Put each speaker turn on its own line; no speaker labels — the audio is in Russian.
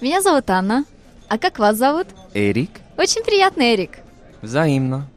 Меня зовут Анна. А как вас зовут?
Эрик?
Очень приятно, Эрик.
Взаимно.